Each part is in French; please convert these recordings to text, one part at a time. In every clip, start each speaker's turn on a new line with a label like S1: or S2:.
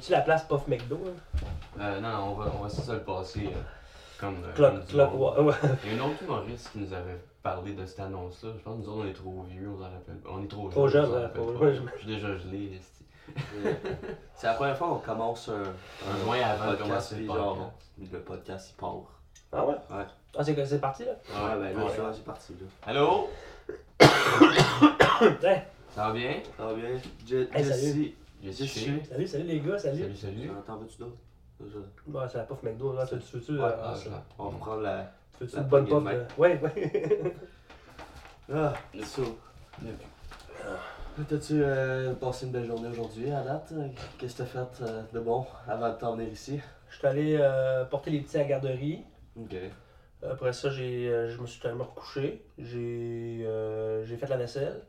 S1: tu la place Puff McDo? hein?
S2: Euh, non, non, on va, on va se le passer euh, comme. euh, comme
S1: Clock,
S2: du
S1: clock,
S2: monde.
S1: wa- ouais.
S2: Il y a un autre humoriste qui nous avait parlé de cette annonce-là. Je pense que nous autres, on est trop vieux, on s'en rappelle pas. On est trop,
S1: Trop
S2: jeunes,
S1: jeunes,
S2: on s'en
S1: ouais,
S2: rappelle
S1: trop
S2: pas.
S1: jeunes.
S2: Je suis déjà gelé, esti.
S3: C'est la première fois qu'on commence un,
S2: Un mois avant de
S3: podcast,
S2: commencer
S3: puis
S2: le
S3: genre,
S2: podcast.
S3: le podcast il part. Ouais,
S1: Ah ouais?
S3: Ouais.
S1: Ah, c'est, c'est parti là?
S3: ben là,
S2: Ouais.
S3: genre, c'est parti là.
S2: Allô?
S1: Hey,
S2: Ça va bien?
S3: Ça va bien? Je-
S1: Hey,
S3: Jesse,
S2: J'ai
S3: Jesse,
S2: séché.
S1: salut, salut les gars, salut.
S2: Salut, salut.
S3: J'en T'en veux-tu d'autres? Je-
S1: Ouais, c'est la Puff McDo, là. Tu veux-tu tu veux-tu,
S3: Ouais,
S1: euh,
S2: Ah,
S1: ça?
S2: ça.
S3: On reprend la.
S1: Tu veux-tu
S3: la
S1: une bonne Puff?
S3: poignée de
S1: De... Ouais, ouais.
S3: Ah, c'est ça. T'as-tu euh, passé une belle journée aujourd'hui à date? Qu'est-ce que t'as fait euh, de bon avant de t'en venir ici?
S1: Je suis allé euh, porter les petits à la garderie.
S3: Ok.
S1: Après ça, j'ai, euh, je me suis tellement recouché. J'ai, euh, j'ai fait la vaisselle.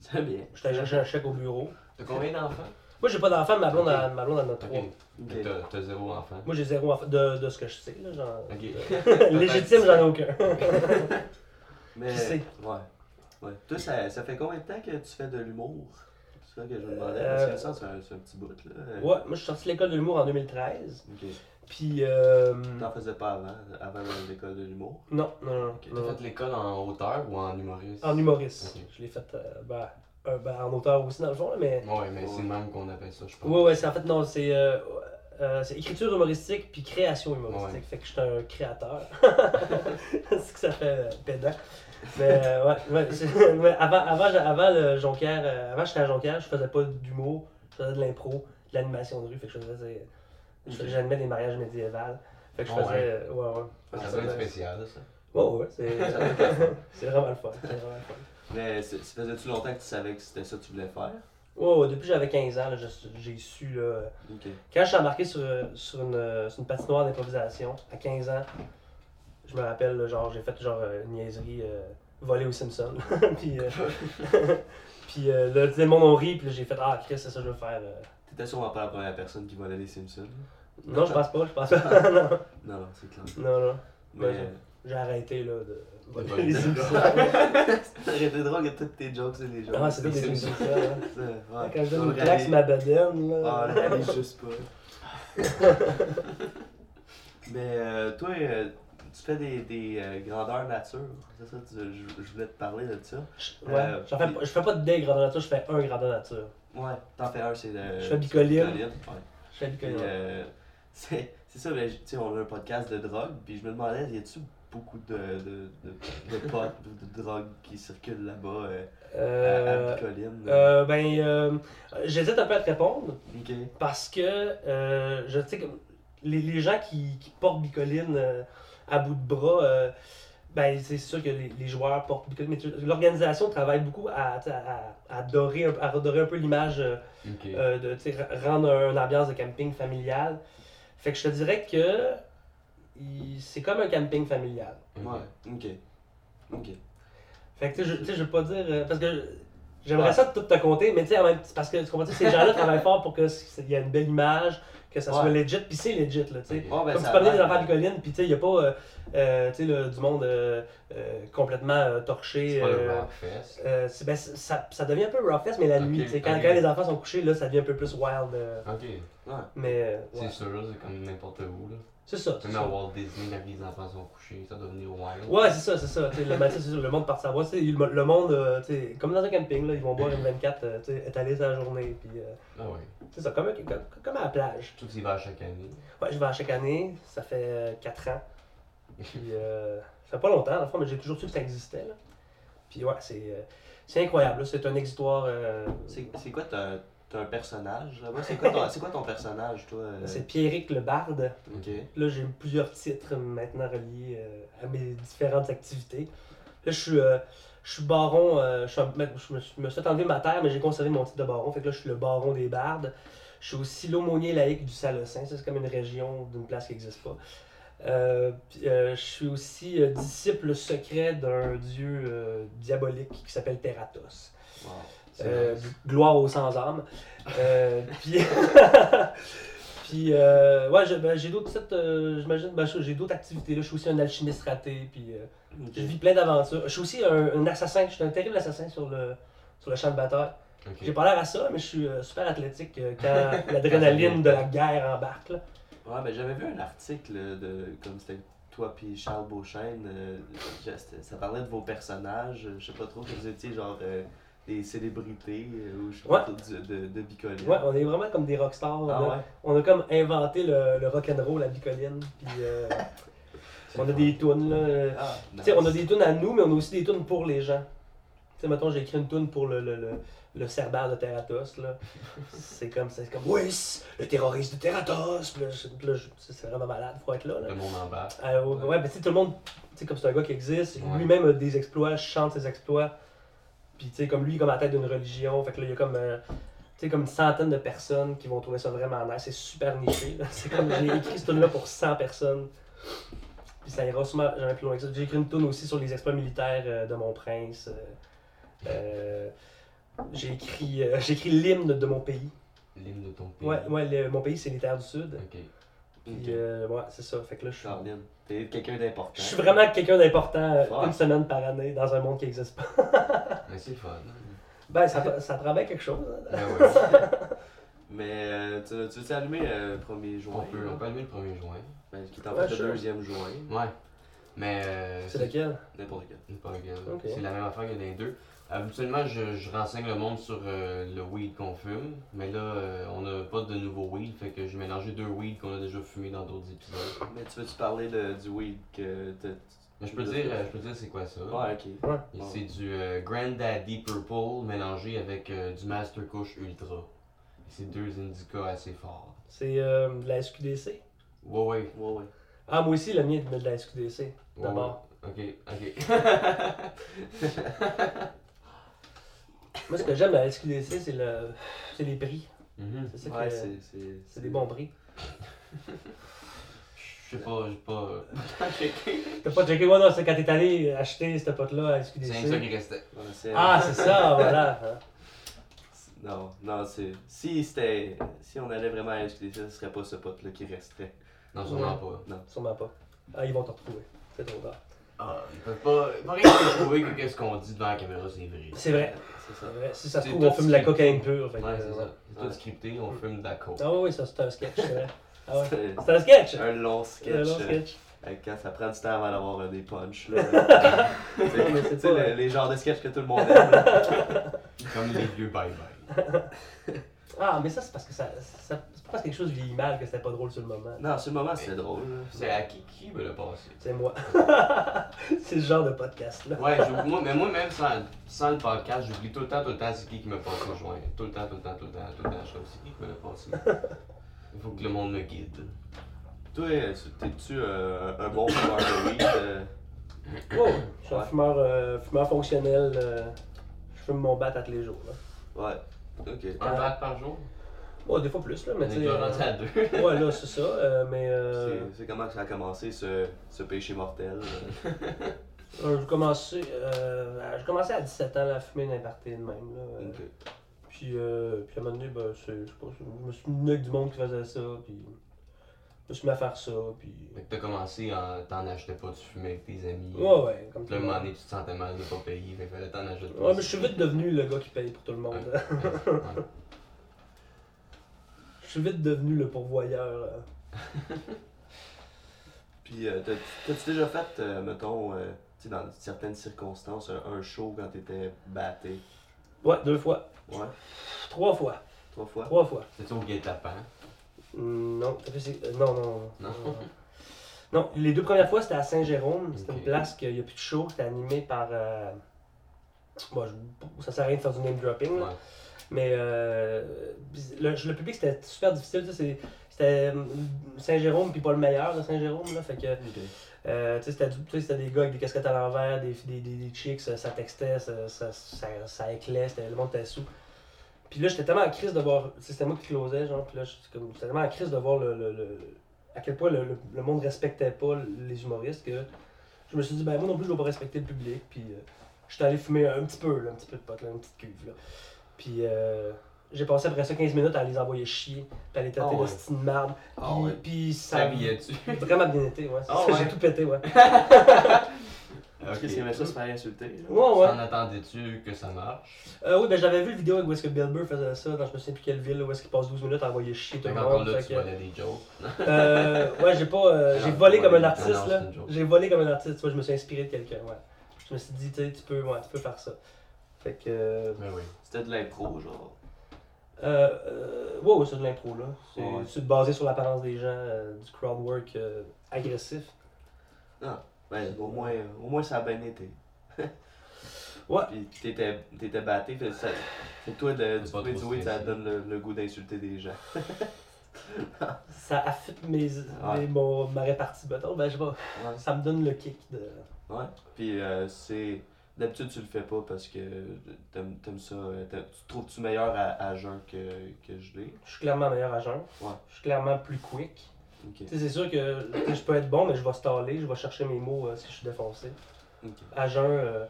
S3: C'est bien.
S1: J'étais allé chercher un chèque au bureau.
S2: T'as combien d'enfants?
S1: Moi, j'ai pas d'enfant, ma blonde, elle- ma blonde en a
S2: Ok.
S1: trois.
S3: Ok.
S2: Mais T'as t'as zéro enfant.
S1: Moi, j'ai zéro enfant de, de ce que je sais. Là, genre...
S2: Ok.
S1: Légitime, j'en ai aucun.
S3: Mais.
S1: Qui sait?
S3: Ouais. Ouais. Toi, ça, ça fait combien de temps que tu fais de l'humour? C'est ça que je me demandais.
S1: Euh,
S3: Parce que ça, c'est un, c'est un petit bout, là.
S1: ouais, moi, je suis sorti de l'école de l'humour en 2013.
S3: Ok.
S1: Puis, euh...
S3: T'en faisais pas avant, avant de- l'école de l'humour?
S1: non, non, non. non.
S2: T'as fait l'école en hauteur ou en humoriste?
S1: En hum- humoriste.
S2: Ok.
S1: Je l'ai fait euh, ben, euh, ben, en auteur aussi, dans le fond, là, mais.
S2: Ouais, mais c'est le même qu'on appelle ça, je pense.
S1: Ouais, ouais, c'est en fait, non, c'est. euh, euh, c'est écriture humoristique puis création humoristique. Fait que je suis un créateur. c'est que ça fait euh, pédant. Mais euh, ouais, ouais, c'est- ouais, avant, avant, j'ai- avant le Jonquière, euh, avant j'étais à Jonquière, je faisais pas d'humour, je faisais de l'impro, de l'animation de rue. Fait que je faisais. je faisais- J'animais des mariages médiévals. Fait que je
S2: Oh, ouais.
S1: faisais. euh, Ouais, ouais. Je
S2: Ah, Ça doit
S1: faisais-
S2: être spécial, ça.
S1: Ouais, ouais, c'est c'est vraiment le fun. C'est vraiment le fun.
S3: Mais c'est- ça faisait-tu longtemps que tu savais que c'était ça que tu voulais faire?
S1: Ouais, ouais, depuis que j'avais 15 ans, là, je- j'ai su. Là,
S3: Ok.
S1: quand je suis embarqué sur, sur, une, sur une patinoire d'improvisation, à 15 ans, je me rappelle, là, genre, j'ai fait genre euh, une niaiserie euh, volée aux Simpsons. puis euh, puis euh, là, tu sais, le monde on rit, puis là, j'ai fait Ah, Chris, c'est ça que je veux faire. euh.
S3: T'étais sûrement pas la première personne qui volait les Simpsons.
S1: Non, je pense pas, je pense pas. non,
S3: Non, non, c'est clair.
S1: non, non.
S3: Mais.
S1: Ouais, J'ai arrêté, là, de voler
S2: voler
S1: les
S2: des
S1: Simpsons.
S3: Arrêtez de drôle que toutes tes jokes, c'est les jokes.
S1: Ah, c'est tout
S2: Les
S1: des Simpsons.
S2: Simpsons.
S1: hein.
S3: Ça, ouais.
S1: Quand je
S3: On
S1: donne une
S3: le
S1: claque sur ma bedaine, là.
S3: Ah, on réalise juste pas. Mais euh, toi, euh, tu fais des, des euh, grandeurs nature. C'est ça, tu- je, je voulais te parler de ça.
S1: Ouais,
S3: Euh,
S1: j'en fais,
S3: puis-
S1: pas- je fais pas de dé grandeur nature, je fais un grandeur nature.
S3: Ouais, t'en fais un, c'est de.
S1: Je fais bicoline.
S3: bicoline, ouais.
S1: Je fais du
S3: Puis, euh, c'est c'est ça, mais, je- tu sais, on a un podcast de drogue, puis je me demandais, y a-tu beaucoup de, de, de, de potes ou de drogue qui circulent là-bas euh, à, à ah,
S1: Euh,
S3: Bicoline?
S1: euh, ben, euh, j'hésite un peu à te répondre
S3: Ok.
S1: parce que euh, je sais que les, les gens qui, qui portent bicoline euh, à bout de bras, euh, ben, c'est sûr que les, les joueurs portent bicoline, mais tu- l'organisation travaille beaucoup à, tu sais, à, à dorer, un- à redorer un peu l'image, euh,
S2: Ok.
S1: euh, de tu sais, r- rendre un- une ambiance de camping familial. Fait que je te dirais que il- c'est comme un camping familial.
S2: ok.
S3: Ouais, ok. Ok.
S1: Fait que tu sais, je- tu sais, je veux pas dire. euh, parce que je- j'aimerais ça tout te compter, mais tu sais, en même temps, parce que tu comprends, tu sais, ces gens-là travaillent fort pour qu'il y ait une belle image, que ça soit
S3: Ouais.
S1: legit, puis c'est legit, là, tu sais.
S3: Oh, ben,
S1: Comme
S3: ça
S1: tu parlais
S3: a
S1: des
S3: l'air-
S1: affaires de Colline, puis tu sais, il n'y a pas euh, euh, tu sais, le- du monde euh, euh, complètement euh, torché.
S2: C'est pas le
S1: euh,
S2: Rockfest.
S1: euh, c'est- ben, c'est- ça, ça devient un peu roughest, mais la
S2: Ok,
S1: nuit, tu sais, quand,
S2: ok.
S1: quand les enfants sont couchés, là, ça devient un peu plus wild. euh,
S2: Ok.
S1: mais euh, ouais.
S2: C'est sûr, c'est comme n'importe où, là.
S1: c'est ça. c'est
S2: Même
S1: ça.
S2: à Walt Disney, quand les enfants sont couchés, ça doit devenir wild.
S1: Ouais, c'est ça, c'est ça. Tu sais, Le, ben, c'est sûr, le monde part savoir. tu sais, Le, le monde, euh, tu sais, comme dans un camping, là, ils vont boire une 24 euh, tu sais, étalée sa journée. Puis, euh,
S2: Ah ouais.
S1: c'est ça, comme, comme, comme à la plage.
S2: Surtout que c'est vers chaque année.
S1: Ouais, je vais à chaque année, ça fait 4 ans. Puis, euh, ça fait pas longtemps, dans le fond, mais j'ai toujours su que ça existait. là. Puis, ouais, c'est, euh, c'est incroyable. là. C'est un exitoire. euh, c'est,
S3: C'est c'est quoi t'as t'as un personnage là-bas? C'est quoi, ton- c'est quoi ton personnage, toi? euh?
S1: Pierrick le Barde.
S3: Ok.
S1: Là, j'ai plusieurs titres euh, maintenant reliés euh, à mes différentes activités. Là, je suis, euh, je suis baron. euh, je, suis un- je me, je me suis fait enlever ma terre, mais j'ai conservé mon titre de baron. Fait que là, je suis le baron des bardes. Je suis aussi l'aumônier laïque du Salocin. Ça, c'est comme une région d'une place qui n'existe pas. Euh, puis, euh, je suis aussi euh, disciple secret d'un dieu euh, diabolique qui s'appelle Theratos.
S3: Wow.
S1: Euh, gloire aux sans-âme. Euh, puis, puis euh, ouais, je- ben, j'ai d'autres petites, euh, j'imagine, ben, je- j'ai d'autres activités. Là. Je suis aussi un alchimiste raté, puis euh,
S3: Ok.
S1: je vis plein d'aventures. Je suis aussi un, un assassin, je suis un terrible assassin sur le, sur le champ de bataille. J'ai
S2: Ok.
S1: pas l'air à ça, mais je suis euh, super athlétique euh, quand l'adrénaline de la guerre embarque. Là.
S3: Ouais, ben j'avais vu un article euh, de. Comme c'était toi puis Charles Beauchesne. euh, je- c'était- ça parlait de vos personnages. euh, Je sais pas trop que vous étiez genre euh, des célébrités euh, ou je sais pas
S1: Ouais.
S3: trop, du- de, de bicoline.
S1: Ouais, on est vraiment comme des rockstars. là.
S3: Ah ouais.
S1: On a comme inventé le, le rock'n'roll à Bicoline. Puis euh, on a des tunes. Là.
S3: Ah,
S1: Tu sais, on a
S3: nice.
S1: des tunes à nous, mais on a aussi des tunes pour les gens. Tu sais, mettons, j'ai écrit une tune pour le, le, le, le Cerbère de Terratos, là. C'est comme, c'est comme, oui, c'est le terroriste de Terratos. Puis là, je- puis là, je- c'est vraiment malade, faut être là. là.
S2: Le monde en bas.
S1: Euh, ouais, ouais, mais tu sais, tout le monde, tu sais, comme c'est un gars qui existe,
S2: Ouais.
S1: lui-même a des exploits, chante ses exploits. Puis, tu sais, comme lui, il est comme à la tête d'une religion. Fait que là, il y a comme, euh, tu sais, comme une centaine de personnes qui vont trouver ça vraiment nice. C'est super niché. là. C'est comme, j'ai écrit cette tune-là pour 100 personnes. Puis ça ira sûrement jamais plus loin que ça. J'ai écrit une tune aussi sur les exploits militaires euh, de mon prince. Euh, euh, j'ai écrit, euh, j'ai écrit l'hymne de mon pays.
S2: L'hymne de ton pays.
S1: Ouais, ouais, le- mon pays, c'est les terres du Sud.
S2: Mmh. Ok. Ah,
S1: Puis,
S3: Ok.
S1: euh, ouais, c'est ça. Fait que là, je suis.
S3: Caroline, t'es quelqu'un d'important.
S1: Je suis vraiment quelqu'un d'important euh,
S3: Ouais.
S1: une semaine par année dans un monde qui n'existe pas.
S2: Mais c'est le fun.
S1: Ben, ça, ça travaille quelque chose. hein.
S2: Ben ouais.
S3: Mais euh, tu, tu veux-tu allumer le 1er juin
S2: on, peut, on peut
S3: là?
S2: allumer le 1er juin.
S3: Ben, qui est en
S1: Ouais,
S3: fait
S1: sure.
S3: le 2e juin.
S2: Ouais. Mais. euh,
S1: C'est lequel
S3: N'importe quel.
S2: C'est pas légal.
S1: Ok.
S2: C'est la même affaire que dans les deux. Habituellement, je, je renseigne le monde sur euh, le weed qu'on fume, mais là, euh, on n'a pas de nouveau weed, fait que j'ai mélangé deux weeds qu'on a déjà fumé dans d'autres épisodes.
S3: Mais tu veux-tu parler de, du weed que t'as.
S2: Mais je peux dire, euh, je peux dire c'est quoi ça.
S3: Ouais, ok.
S2: Et C'est du euh, Granddaddy Purple mélangé avec euh, du Master Kush Ultra. Et C'est deux indicas assez forts.
S1: C'est euh, de la SQDC.
S2: Ouais, ouais.
S3: Ouais, ouais.
S1: Ah, moi aussi, le mien est de la SQDC.
S2: ouais,
S1: D'abord.
S2: ouais. Ok, ok.
S1: Moi, ce que j'aime de la SQDC, c'est le... c'est les prix.
S2: Mhm.
S1: C'est ça
S3: Ouais,
S1: que-
S3: c'est- c'est.
S1: C'est des bons prix.
S2: Je sais pas, j'ai pas. euh,
S1: T'as pas checké, ouais, non, c'est quand t'es allé acheter cette pote-là à
S2: C'est rien que ça
S1: SQDC.
S2: qui restait.
S3: Ouais, c'est-
S1: Ah, c'est ça, voilà. hein.
S3: Non, non, c'est. Si c'était. Si on allait vraiment à SQDC, ce serait pas ce pote-là qui resterait.
S2: Non, sûrement pas.
S1: Sûrement pas. Ah, ils vont te retrouver. C'est trop tard.
S2: Ah, ils peuvent pas. Pas rien que prouver que qu'est-ce qu'on dit devant la caméra, c'est vrai.
S1: C'est vrai.
S3: C'est ça.
S1: C'est vrai. Si ça se
S2: C'est
S1: trouve,
S2: tout
S1: on fume de la
S2: scripté.
S1: cocaïne pure. fait que,
S2: Ouais, c'est
S1: euh,
S2: ça. C'est tout
S3: Ouais.
S2: scripté, on fume de la coke.
S1: Ah, oui, oui, ça, c'est un sketch, c'est vrai. Ah, ouais.
S3: C'est
S1: C'est un sketch!
S3: un long
S1: C'est un
S3: sketch.
S1: long
S3: euh,
S1: sketch.
S3: euh, Quand ça prend du temps avant d'avoir euh, des punchs, là. Tu sais, tu sais, le- les genres de sketch que tout le monde aime, là.
S2: Comme les vieux bye-bye.
S1: Ah, mais ça, c'est parce que ça. ça- c'est pas parce que quelque chose vieillit mal que c'était pas drôle sur le moment.
S3: Non, sur le moment, c'était drôle. là.
S2: C'est à qui qui me l'a passé?
S1: C'est moi. c'est le genre de podcast, là.
S2: Ouais, j'oublie- moi, mais moi-même, sans, sans le podcast, j'oublie tout le temps, tout le temps, c'est qui qui me passe au joint. Tout le temps, tout le temps, tout le temps, tout le temps. Je suis comme, c'est qui qui me l'a passé? Il faut que le monde me guide.
S3: Toi, euh, tu- t'es-tu euh, un bon joueur de weed? euh?
S1: Wow! Je suis un
S3: Ouais.
S1: fumeur, euh, fumeur fonctionnel. euh, je fume mon bat à tous les jours, là.
S3: Ouais. Ok.
S2: Un bat par jour?
S1: Ouais, des fois plus, là,
S2: On
S1: Ah. mais
S2: est
S1: tu sais.
S2: déjà rendu à
S1: euh,
S2: deux.
S1: ouais, là, c'est ça. euh, mais. Euh,
S3: C'est- C'est comment que ça a commencé ce, ce péché mortel? euh?
S1: euh, j'ai commencé. euh, à- j'ai commencé à 17 ans, là, à fumer n'importe de même, là. euh,
S3: Ok.
S1: Puis, euh, puis à un moment donné, ben, c'est- je sais pas, je me suis mis avec du monde qui faisait ça, puis. Je me suis mis à faire ça, puis.
S2: Fait que t'as commencé, en- t'en achetais pas, tu fumais avec tes amis.
S1: Ouais, ouais, comme
S2: Puis là,
S1: tout le
S2: un moment
S1: monde.
S2: donné, tu te sentais mal de pas payer, fait que fallait t'en acheter
S1: Ouais, mais je suis vite devenu le gars qui paye pour tout le monde.
S2: Ouais, ouais.
S1: Je suis vite devenu le pourvoyeur. euh.
S3: Puis, euh, t'as- t'as-tu déjà fait, euh, mettons, euh, tu sais, dans certaines circonstances, un, un show quand t'étais batté?
S1: Ouais, deux fois.
S3: Ouais.
S1: Trois fois.
S3: Trois fois?
S1: Trois fois.
S2: C'était au guet-apens.
S1: Hum, Non, t'as fait- c'est- euh, non, non.
S2: Non.
S1: Non, les deux premières fois, c'était à Saint-Jérôme. C'était
S2: Ok.
S1: une place qu'il n'y a plus de show. C'était animé par. euh, Bon, je- ça sert à rien de faire du name dropping. là.
S2: Ouais.
S1: Mais euh, le, le public, c'était super difficile. tu sais, c'est- C'était euh, Saint-Jérôme, puis pas le meilleur de Saint-Jérôme. là, Fait que. Euh, tu sais, c'était du- tu sais, c'était des gars avec des casquettes à l'envers, des, des, des, des chicks, ça, ça textait, ça, ça, ça, ça éclait, c'était- le monde était sous. Puis là, j'étais tellement en crise de voir. tu sais, C'était moi qui closais, genre, puis là, j'étais comme- j'étais tellement en crise de voir le, le- le- à quel point le, le, le monde respectait pas les humoristes que je me suis dit, ben moi non plus, je vais pas respecter le public, puis euh, j'étais allé fumer un petit peu, là, un petit peu de pote, là, une petite cuve, là. Puis euh, j'ai passé après ça 15 minutes à les envoyer chier, puis à les traiter
S2: Ah ouais.
S1: de style de merde.
S2: Ah
S1: puis,
S2: ouais.
S1: puis ça.
S2: T'habillais-tu?
S1: Vraiment bien été, ouais. C'est
S2: Ah
S1: ça,
S2: ouais.
S1: J'ai tout pété, ouais.
S2: Ah
S3: Parce que
S2: Ok.
S3: c'est aimait ça se faire insulter. là.
S1: Ouais, ouais.
S2: T'en attendais-tu que ça marche?
S1: Euh, oui, ben j'avais vu le vidéo avec où est-ce que Bill Burr faisait ça, dans je me souviens plus quelle ville, là, où est-ce qu'il passe 12 minutes à envoyer chier tout
S2: Fait
S1: le
S2: qu'encore
S1: monde.
S2: là,
S1: fait
S2: tu
S1: que-
S2: volais des jokes.
S1: Euh, ouais, j'ai pas. euh, j'ai
S2: Non,
S1: volé
S2: ouais,
S1: comme un
S2: non,
S1: artiste,
S2: non,
S1: là.
S2: c'est une joke.
S1: J'ai volé comme un artiste, tu vois, je me suis inspiré de quelqu'un, ouais. Je me suis dit, tu sais, tu peux, ouais, tu peux faire ça. Fait que. euh,
S2: Ben oui.
S3: C'était de l'impro, genre.
S1: euh, euh, ouais, ouais, c'est de l'impro, là. C'est
S3: Ouais.
S1: c'est basé sur l'apparence des gens, euh, du crowd work euh, agressif.
S3: Ben, au moins, au moins ça a bien été.
S1: Ouais.
S3: Puis t'étais, t'étais batté, fait que ça- fait que toi, le, du
S2: pas
S3: bruit
S2: trop
S3: du oui, ça
S2: stressé.
S3: donne le, le goût d'insulter des gens.
S1: Ça affûte mes,
S3: Ouais.
S1: mes- mon- ma répartie bâton, ben je sais pas.
S3: Ouais.
S1: Ça me donne le kick de.
S3: Ouais. Puis euh, c'est. D'habitude, tu le fais pas parce que t'aimes, t'aimes ça. euh, t'aimes- tu trouves-tu meilleur à, à jeun que, que je l'ai.
S1: Je suis clairement meilleur à jeun.
S3: Ouais.
S1: Je suis clairement plus quick.
S3: Ok.
S1: Tu sais, C'est sûr que tu sais, je peux être bon, mais je vais staller, je vais chercher mes mots euh, si je suis défoncé.
S3: Ok.
S1: À jeun, euh,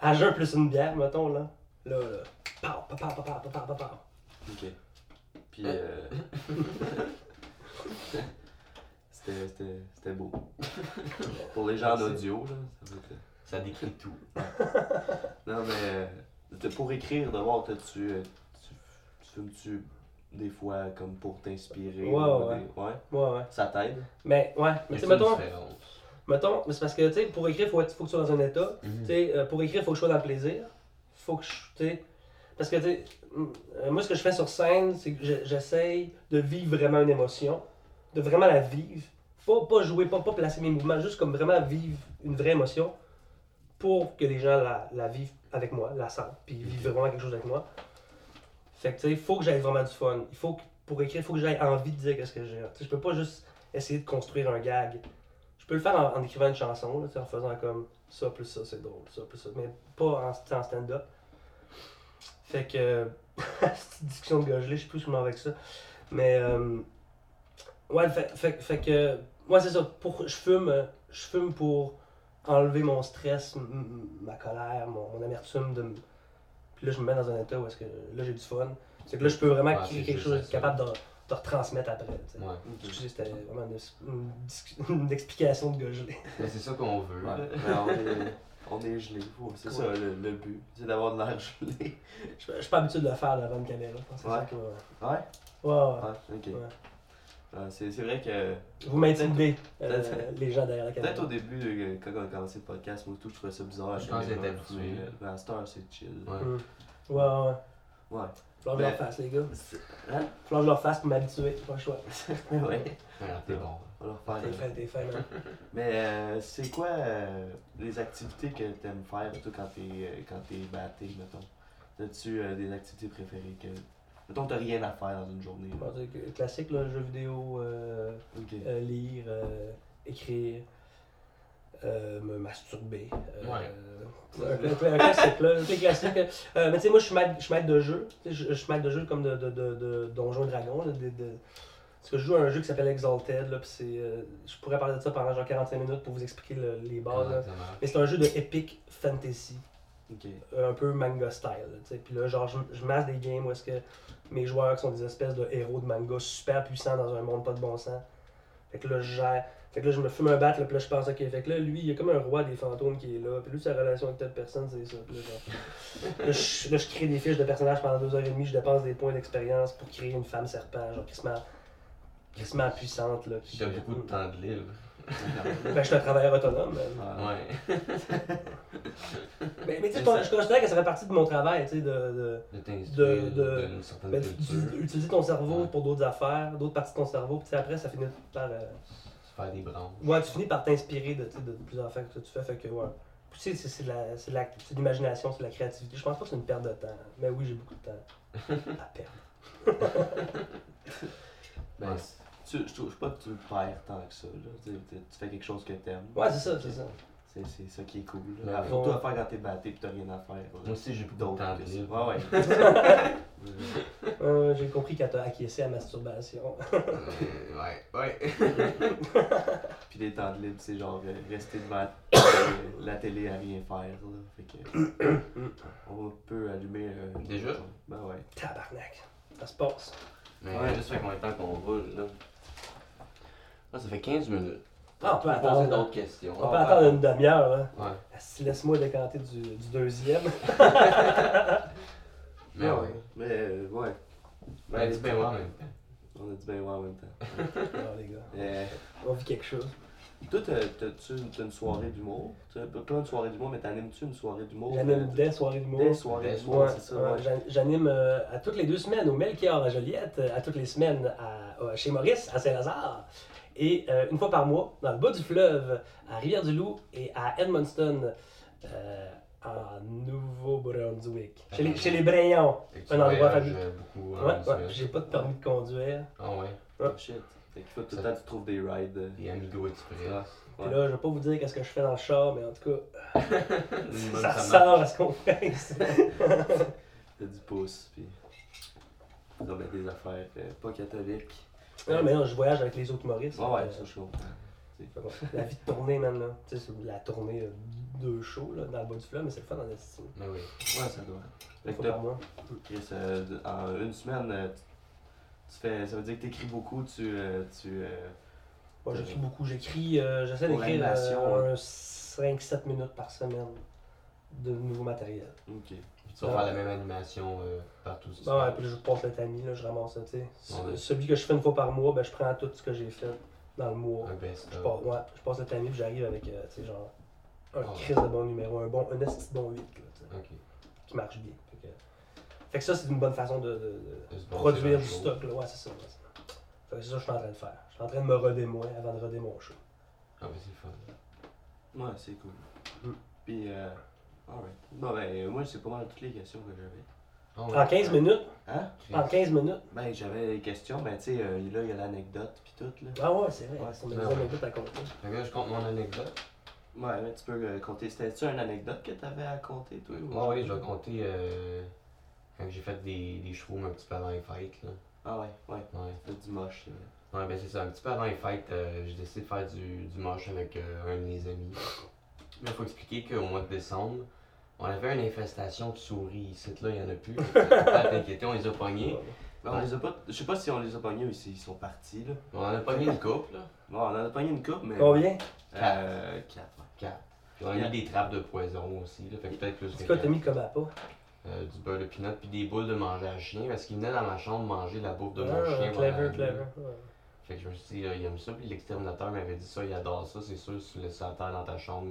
S1: à jeun plus une bière, mettons, là. Là, là. Pow, pow, pow, pow, pow, pow, pow, pow, pow.
S3: Ok. Puis. euh, c'était, c'était, c'était beau. Pour les gens en
S2: Merci.
S3: audio, là, ça va être-
S2: Ça décrit tout.
S3: Non, mais euh, t'as- pour écrire, d'abord, t'as- tu, euh, tu, tu fumes-tu des fois comme pour t'inspirer?
S1: Ouais,
S3: ou
S1: ouais.
S3: des- ouais.
S1: Ouais, ouais.
S3: Ça t'aide?
S1: Mais, ouais. Mais, tu sais,
S2: C'est
S1: mettons, mettons, mais c'est parce que, tu sais, pour écrire, faut, être- faut que tu sois dans un état. Tu sais, euh, pour écrire, faut que je sois dans le plaisir. Faut que je. tu sais, Parce que, tu sais, mm, euh, moi, ce que je fais sur scène, c'est que je- j'essaye de vivre vraiment une émotion, de vraiment la vivre. Pas, pas jouer, pas, pas placer mes mouvements, juste comme vraiment vivre une vraie émotion pour que les gens la, la vivent avec moi, la sentent, puis vivent vraiment quelque chose avec moi. Fait que, tu sais, faut que j'aille vraiment du fun. Il faut que, pour écrire, il faut que j'aille envie de dire qu'est-ce que j'ai. Tu sais, je peux pas juste essayer de construire un gag. Je peux le faire en, en écrivant une chanson, là, tu sais, en faisant comme ça plus ça, c'est drôle, ça plus ça, mais pas en, tu sais, en stand-up. Fait que, cette discussion de gogelé, je sais plus où je m'en vais avec ça. Mais, euh, ouais, fait, fait, fait que, ouais, c'est ça, pour, je fume, euh, je fume pour enlever mon stress, m- m- ma colère, mon, mon amertume. De, m- puis là, je me mets dans un état où est-ce que, là, j'ai du fun. C'est que là, je peux vraiment
S2: Ouais,
S1: créer
S2: c'est
S1: quelque
S2: juste
S1: chose,
S2: ça.
S1: être capable de, de retransmettre après. tu sais.
S2: Ouais.
S1: Excusez, C'était vraiment une, une dis- une explication de gogelé.
S2: Mais c'est ça qu'on veut.
S3: Ouais. Ben, on, est, on est gelé. Faut- c'est
S1: Ouais.
S3: ça le, le but. C'est d'avoir de l'air gelé.
S1: Je je suis pas habitué de le faire devant une caméra. je pense que c'est
S3: Ouais.
S1: ça que-
S3: Ouais? Ouais,
S1: Ouais, ouais.
S3: ok.
S1: Ouais.
S3: Ouais, c'est, c'est vrai que
S1: Vous m'intimidez,
S3: Peut-être-
S1: euh, les gens derrière la
S3: peut-être
S1: caméra.
S3: au début, euh, quand on a commencé le podcast, moi tout, je trouvais ça bizarre.
S2: Je pense que t'es habitué.
S3: Mais à cette heure, c'est chill.
S2: Ouais.
S1: Mm. Ouais, ouais.
S3: Ouais.
S1: Faut que je
S3: Mais-
S1: leur fasse, les gars.
S3: C'est- Hein?
S1: Faut que je leur fasse pour m'habituer. Pas le choix.
S3: ouais.
S2: Alors, t'es bon.
S3: On va leur faire
S1: T'es fin, t'es fin, man.
S3: Mais euh, c'est quoi euh, les activités que t'aimes faire toi, quand t'es euh, quand t'es batté, mettons? As-tu euh, des activités préférées que. Mettons t'as rien à faire dans une journée. là.
S1: Bon, c'est que- Classique, là, jeux vidéo, euh,
S3: Ok.
S1: euh, lire, euh, écrire, euh, me masturber. euh,
S2: Ouais.
S1: Un, cla- un classique, là. un classique. Euh, mais tu sais, moi, je suis maître je suis maître de jeu. Tu sais, Je je suis maître de jeu comme de, de, de, de Donjons et Dragons. là, de- de- Parce que je joue à un jeu qui s'appelle Exalted, là, puis c'est, euh, je pourrais parler de ça pendant genre 45 minutes pour vous expliquer le- les bases. là.
S2: Comment ça marche?
S1: Mais c'est un jeu de epic fantasy,
S3: Ok.
S1: euh, un peu manga style. là, tu sais. Puis là, genre, je, je masse des games où est-ce que mes joueurs sont des espèces de héros de manga super puissants dans un monde pas de bon sens. Fait que là, je gère. Fait que là, je me fume un bat, là, puis là, je pense, ok, fait que là, lui, il y a comme un roi des fantômes qui est là, puis lui, sa relation avec telle personne, c'est ça. Puis là, genre, là, je, là, je crée des fiches de personnages pendant deux heures et demie, je dépense des points d'expérience pour créer une femme serpent, genre, crissement, crissement puissante, là. qui-
S2: T'as beaucoup de temps de libre.
S1: Ben, je suis un travailleur autonome. euh,
S3: Ah,
S2: Ouais.
S1: Ben, Mais, mais tu sais, je,
S3: Mais ça-
S1: je considère que ça fait partie de mon travail, tu sais, de, de,
S2: De t'instruire,
S1: De-
S2: de,
S1: de-
S2: d'une certaine
S1: ben,
S2: culture.
S1: d'utiliser- utiliser ton cerveau
S2: Ouais.
S1: pour d'autres affaires, d'autres parties de ton cerveau, puis tu sais, après, ça finit par... euh,
S2: Se faire des branches.
S1: Ouais, tu finis par t'inspirer de, tu sais, de plusieurs affaires que tu fais, fait que, ouais. Puis tu sais, c'est- c'est de la- c'est de la- c'est de l'imagination, c'est de la créativité. Je pense pas que c'est une perte de temps, mais oui, j'ai beaucoup de temps à perdre.
S3: Ben,
S2: Ouais.
S3: c'est- tu- je trouve pas que tu le perds tant que ça. Là. Tu, tu- tu fais quelque chose que t'aimes.
S1: Ouais, c'est ça, c'est ça.
S3: C'est, c'est ça qui est cool.
S2: Ouais.
S3: là. Alors, Surtout
S1: Ouais.
S3: à faire quand t'es batté pis t'as rien à faire. là.
S2: Moi aussi, j'ai beaucoup de
S3: D'autres
S2: temps de
S3: que ça.
S2: libre.
S3: Ouais, ouais.
S1: Euh, j'ai compris qu'elle t'a acquiescé à la masturbation.
S2: Euh, ouais, ouais.
S3: Puis les temps de libre, c'est genre euh, rester devant euh, la télé à rien faire. Là. Fait que, on peut allumer. euh,
S2: Déjà?
S3: Ben ouais.
S1: Tabarnak. Ça se passe.
S2: Mais
S3: Ouais.
S2: juste fait combien de temps qu'on roule, là? Ah, ça fait 15 minutes.
S1: Ah, on peut
S2: poser
S1: attendre.
S2: d'autres questions.
S1: On peut attendre une demi-heure. Hein.
S2: Ouais.
S1: Asti, Laisse-moi décanter du, du deuxième.
S2: Mais ouais.
S3: Mais euh, ouais.
S2: Ben, dis ben ouais en même temps.
S3: On a dit ben ouais en même temps.
S1: Alors, les gars,
S3: Euh,
S1: on vit quelque chose.
S3: toi, t'as- t'as-tu une, t'as une soirée d'humour T'as- Pas une soirée d'humour, mais t'animes-tu une soirée d'humour Euh,
S1: J'anime des soirées
S3: Des
S1: d'humour.
S3: soirées
S2: Des
S3: d'humour,
S1: Ouais,
S3: c'est ça.
S1: ouais,
S3: ouais.
S1: j'an- J'anime euh, à toutes les deux semaines au Melchior à Joliette, euh, à toutes les semaines à- euh, chez Maurice à Saint-Lazare, et euh, une fois par mois dans le bas du fleuve à Rivière-du-Loup et à Edmundston euh, en Nouveau-Brunswick. Chez les, chez les Brayons.
S2: Fait que
S1: Un
S2: tu
S1: endroit
S2: voyages,
S1: fabuleux.
S2: euh, beaucoup.
S1: Ouais,
S2: en
S1: ouais,
S2: Venezuela.
S1: j'ai pas de permis de conduire.
S2: Ah ouais.
S3: Oh shit. Fait qu'il faut tout le temps que tu trouves des rides. euh,
S2: Des Amigo Express.
S1: Puis là, je vais pas vous dire qu'est-ce que je fais dans le char, mais en tout cas,
S2: Minimum,
S1: ça
S2: marche.
S1: ressemble à ce qu'on fait ici.
S3: T'as du pouce, puis. Ça va des affaires euh, pas catholiques.
S1: Non, mais non, je voyage avec les autres Maurice.
S3: Ouais, ouais,
S1: euh,
S3: ça je comprends.
S1: Fait que, ouais, La vie de tournée, man, là. Tu sais, c'est la tournée euh, deux shows, là, dans le bas du fleuve, mais c'est le fun hein, en esti.
S2: Mais Ben oui.
S3: Ouais, ça doit. Fait
S1: Une
S3: que
S1: fois
S3: t'as-
S1: par mois.
S3: Chris, euh, d- en une semaine, euh, tu- tu fais, ça veut dire que tu écris beaucoup, tu. euh, tu euh,
S1: Ouais, j'écris beaucoup. J'écris, euh, j'essaie
S3: Pour
S1: d'écrire
S3: l'animation,
S1: euh, un 5-7 minutes par semaine de nouveau matériel.
S3: ok.
S2: Puis tu vas faire la même animation euh, partout. si tu
S1: Bon, ouais,
S2: veux.
S1: puis là, je passe le tamis, là, je ramasse ça, tu sais. Ce-
S2: Ouais.
S1: Celui que je fais une fois par mois, ben, je prends tout ce que j'ai fait dans le mois.
S2: Un best
S1: Je, pars- ouais, je passe le tamis, puis j'arrive avec, euh, tu sais, genre, un
S2: Ouais.
S1: crise de bon numéro, un bon, un esti de bon 8, là, tu sais,
S2: Ok.
S1: qui marche bien. Fait que, fait que ça, c'est une bonne façon de- de- de
S2: De se bâtir
S1: produire
S2: un
S1: du
S2: show.
S1: stock, là. Ouais, c'est ça. ouais, c'est ça. Fait que c'est ça que je suis en train de faire. Je suis en train de me roder moi avant de roder mon show.
S2: Ah, ben c'est le fun.
S3: Ouais, c'est cool.
S1: Mm.
S3: Puis, euh, alright. Bon, ben, euh, moi, c'est pas mal toutes les questions que j'avais.
S2: Ah
S1: En 15 minutes,
S3: Hein?
S2: Chris.
S1: en 15 minutes.
S3: Ben, j'avais des questions, ben, tu sais, euh, là, il y a l'anecdote, pis tout, là.
S1: Ah ouais, c'est vrai.
S3: Ouais,
S1: on a
S2: c'est
S1: des
S2: vrai.
S1: anecdotes à compter.
S2: Fait que là, je compte mon anecdote.
S3: Ouais, mais tu peux euh, compter. C'était-tu une anecdote que t'avais à compter, toi? ou-
S2: Ah, Ouais, ouais, je vais compter euh, quand j'ai fait des, des shrooms un petit peu avant les fêtes. Là.
S3: Ah, ouais, ouais.
S2: Ouais.
S3: C'était du moche, c'est vrai.
S2: Ouais, ben c'est ça. Un petit peu avant les fêtes, euh, j'ai décidé de faire du, du moche avec euh, un de mes amis. Mais faut expliquer qu'au mois de décembre, on avait une infestation de souris. Ici, là, il n'y en a plus. Faut Pas t'inquiéter, on les a pognés.
S3: Ben, on les a pas. Je sais pas si on les a pognés ou s'ils sont partis, là.
S2: On en a pogné une couple, là.
S3: Bon, on en a pogné une coupe, mais.
S1: Combien
S3: Euh, quatre. ouais.
S2: Quatre. Puis on a mis des trappes de poison aussi, là. Fait que peut-être plus
S1: C'est
S2: que
S1: quoi, t'as
S2: quatre.
S1: mis comme à pas
S2: Euh, du beurre de pinot puis des boules de manger à chien parce qu'il venait dans ma chambre manger la bouffe de mon
S1: Ah,
S2: chien. pendant la
S1: Clever,
S2: nuit.
S1: clever. ouais.
S2: Fait que je me suis dit, euh, il aime ça, puis l'exterminateur m'avait dit ça, il adore ça, c'est sûr, si tu le laisses à terre dans ta chambre,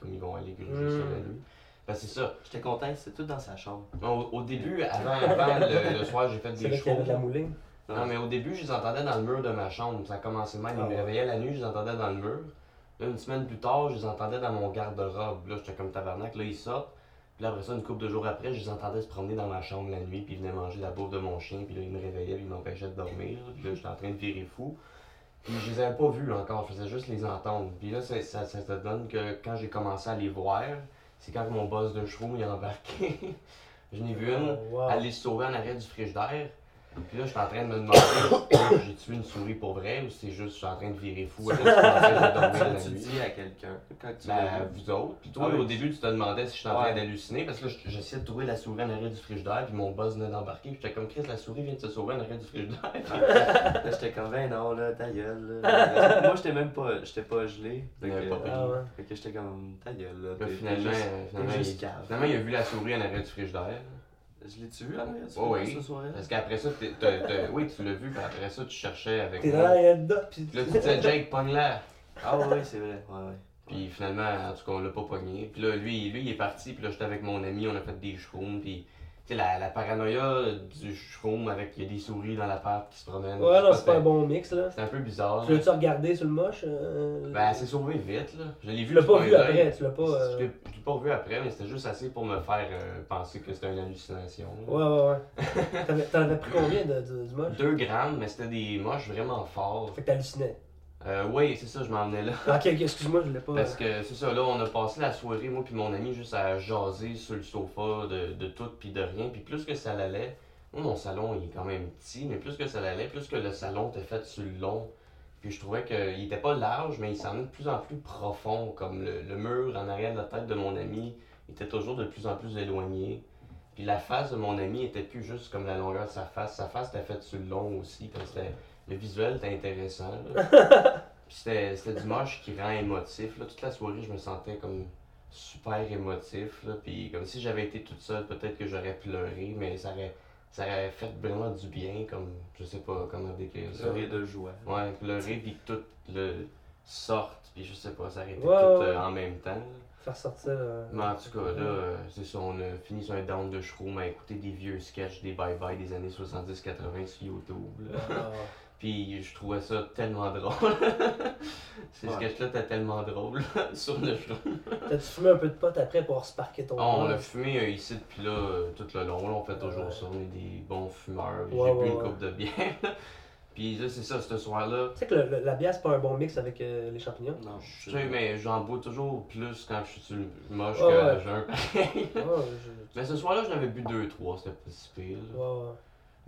S2: comme ils vont aller gruger ça la
S1: Mm.
S2: nuit. Parce que c'est ça.
S3: J'étais content, c'était tout dans sa chambre.
S2: Au, au début, avant, avant le, le soir, j'ai fait
S1: C'est là
S2: des
S1: qu'il y avait
S2: chevaux.
S1: de la mouline.
S2: Non, mais au début, je les entendais dans le mur de ma chambre. Ça commençait mal, ils
S1: Ah
S2: me
S1: ouais.
S2: réveillaient la nuit, je les entendais dans le mur. Là, une semaine plus tard, je les entendais dans mon garde-robe. Là, j'étais comme tabarnak. Là, ils sortent. Puis là, après ça, une couple de jours après, je les entendais se promener dans ma chambre la nuit, puis ils venaient manger la bouffe de mon chien, puis là, ils me réveillaient, puis ils m'empêchaient de dormir. Puis là, j'étais en train de virer fou. Puis je les avais pas vus encore, je faisais juste les entendre. Puis là, ça, ça, ça te donne que quand j'ai commencé à les voir, c'est quand mon boss de chevaux est embarqué. je n'ai vu une
S1: Oh, wow.
S2: aller se sauver en arrêt du frigidaire. Puis là, je suis en train de me demander j'ai tué une souris pour vrai ou c'est juste je suis en train de virer fou avec ce que je suis en train de dormir
S3: Ça,
S2: la
S3: tu
S2: nuit.
S3: dis à quelqu'un quand tu
S2: Ben,
S3: l'as
S2: à
S3: vu.
S2: vous autres. Puis toi,
S3: Ah oui.
S2: au début, tu te demandais si je suis en train
S3: Ouais.
S2: d'halluciner parce que là, je- j'essayais de trouver la souris en arrêt du frigidaire. Puis mon boss venait d'embarquer. Puis j'étais comme Chris, la souris vient de se sauver en arrêt du frigidaire.
S3: Là, j'étais comme ben non là, ta gueule. Là. Moi j'étais même pas j'étais pas gelé. Fait
S2: Il avait
S3: que,
S2: pas pris.
S1: Ah ouais.
S3: fait que j'étais comme ta gueule là.
S2: Là,
S3: t'es- t'es
S2: finalement,
S3: juste-
S2: euh, finalement,
S3: t'es juste
S2: il-
S3: cave.
S2: finalement, il a vu la souris en arrêt du frigidaire.
S3: Je l'ai-tu vu en arrière
S2: Oh, oui.
S3: ce soir-là?
S2: Parce qu'après ça, t'es- t'as- t'as- oui, tu l'as vu. Puis après ça, tu cherchais avec
S1: T'es dans
S2: moi.
S1: la dedans, pis.
S2: Puis là, tu disais Jake, pogne là.
S3: Ah oui, c'est vrai. Ouais, ouais.
S2: Puis finalement, en tout cas, on l'a pas pogné. Puis là, lui, lui, il est parti. Puis là, j'étais avec mon ami, on a fait des shrooms. Puis, tu sais, la, la paranoïa du shroom avec il y a des souris dans l'appart qui se promènent.
S1: Ouais, non,
S2: Je sais
S1: c'est pas un
S2: c'était-
S1: bon mix, là.
S2: C'était un peu bizarre.
S1: Tu l'as-tu regardé sur le moche euh,
S2: Ben, elle s'est sauvée vite, là. Je l'ai vu.
S1: Tu l'as
S2: du
S1: pas
S2: coin
S1: vu
S2: d'œil.
S1: après, tu l'as pas. euh,
S2: Je l'ai je l'ai pas vu après, mais c'était juste assez pour me faire euh, penser que c'était une hallucination. là.
S1: Ouais, ouais, ouais. T'avais- T'en avais pris combien de, de- du moche
S2: Deux grammes, mais c'était des moches vraiment forts.
S1: Fait que t'hallucinais.
S2: Euh, oui, c'est ça, je m'en venais là.
S1: Ah, Ok, ok, excuse-moi, je l'ai pas.
S2: Parce que c'est ça, là, on a passé la soirée, moi puis mon ami, juste à jaser sur le sofa de, de tout puis de rien. Puis plus que ça l'allait, moi, mon salon, il est quand même petit, mais plus que ça l'allait, plus que le salon était fait sur le long. Puis je trouvais qu'il était pas large, mais il s'en est de plus en plus profond, comme le, le mur en arrière de la tête de mon ami était toujours de plus en plus éloigné. Puis la face de mon ami était plus juste comme la longueur de sa face. Sa face était faite sur le long aussi, comme c'était... Le visuel était intéressant, là. Puis c'était c'était du moche qui rend émotif. Là. Toute la soirée, je me sentais comme super émotif. Là. Puis comme si j'avais été toute seule, peut-être que j'aurais pleuré, mais ça aurait, ça aurait fait vraiment du bien, comme je sais pas comment décrire ça.
S3: Soirée de joie.
S2: Ouais, pleurer, puis que tout le sorte, puis je sais pas, ça aurait été
S1: Ouais,
S2: tout
S1: ouais.
S2: euh, en même temps. là.
S1: Faire sortir. euh,
S2: Mais en tout cas, là, euh, c'est ça, on a fini sur un down de shroom à écouter des vieux sketchs des bye-bye des années 70-80 sur YouTube. là.
S1: Ah,
S2: Puis je trouvais ça tellement drôle. Ces
S3: Ouais.
S2: sketchs-là étaient tellement drôles sur le shroom.
S1: T'as-tu fumé un peu de pote après pour sparker ton
S2: Ah, on
S1: plan?
S2: a fumé euh, ici depuis là, euh, tout le long, là, on fait toujours
S1: Ouais.
S2: ça, on est des bons fumeurs.
S1: Ouais,
S2: J'ai bu
S1: ouais,
S2: une
S1: ouais.
S2: coupe de bière. là. Puis là, c'est ça, ce soir-là,
S1: Tu sais que le- le- la bière, c'est pas un bon mix avec euh, les champignons.
S3: Non,
S2: tu sais, mais j'en bois toujours plus quand je suis sur le moche
S1: Ouais,
S2: que à
S1: ouais.
S2: jeun.
S1: Ouais, je-
S2: Mais ce soir-là, j'en avais bu deux, trois, c'était pas si pire. là.
S1: ouais, ouais.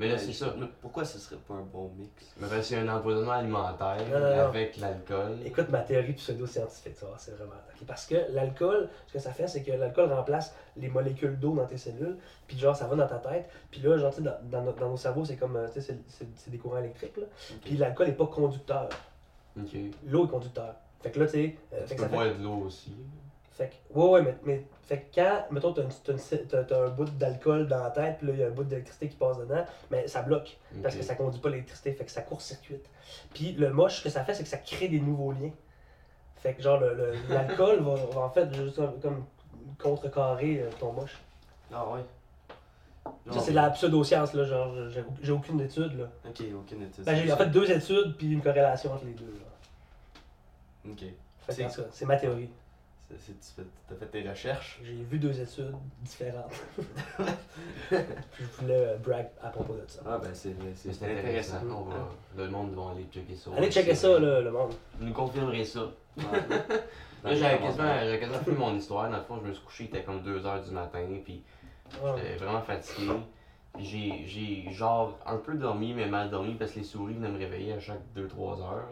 S2: Mais là,
S3: Ouais,
S2: c'est
S3: je-
S2: ça.
S3: Ben, mais Pourquoi ce serait pas un bon mix
S2: Mais ben, c'est un empoisonnement alimentaire
S1: Non, non, non.
S2: avec l'alcool.
S1: Écoute ma théorie pseudo-scientifique, tu vas voir, c'est vraiment attaqué. Parce que l'alcool, ce que ça fait, c'est que l'alcool remplace les molécules d'eau dans tes cellules, puis genre ça va dans ta tête, puis là, genre, tu sais, dans, dans, nos- dans nos cerveaux, c'est comme, euh, tu sais, c'est- c'est c'est des courants électriques, là. Puis l'alcool n'est pas conducteur,
S2: Ok. Tu
S1: l'eau est conducteur. Fait que là, tu sais, euh, fait que
S2: peux
S1: ça fait...
S2: boire de l'eau aussi.
S1: fait que- ouais, ouais, mais, mais fait que quand, mettons, t'as une- t'as une- t'as- t'as un bout d'alcool dans la tête, puis là, il y a un bout d'électricité qui passe dedans, mais ça bloque. parce
S2: Ok.
S1: que ça conduit pas l'électricité, fait que ça court-circuite. Puis le moche, ce que ça fait, c'est que ça crée des nouveaux liens. Fait que genre, le- le- l'alcool va, va en fait juste comme- comme contrecarrer euh, ton moche.
S3: Ah ouais.
S1: Ça, c'est de la pseudo-science, là, genre, j'ai- j'ai aucune étude, là.
S3: Ok, aucune étude.
S1: Ben, j'ai en fait deux études, puis une corrélation entre les deux, là.
S3: Ok.
S1: Fait que,
S3: C'est-
S1: en tout cas, c'est ma théorie.
S3: C'est- c'est- tu fais- T'as fait tes recherches.
S1: J'ai vu deux études différentes. puis je voulais euh, brag à propos de ça.
S3: Ah ben c'est
S2: Mais C'est intéressant. On va- Le monde va aller checker ça.
S1: Allez checker ça, là, le monde.
S2: Vous nous confirmerez ça.
S3: Là
S2: Là, j'avais quasiment, j'avais quasiment fini mon histoire. Dans le fond, je me suis couché, il était comme 2h du matin. Puis
S1: Ouais.
S2: j'étais vraiment fatigué. Puis J'ai, j'ai genre un peu dormi, mais mal dormi parce que les souris venaient me réveiller à chaque 2-3 heures.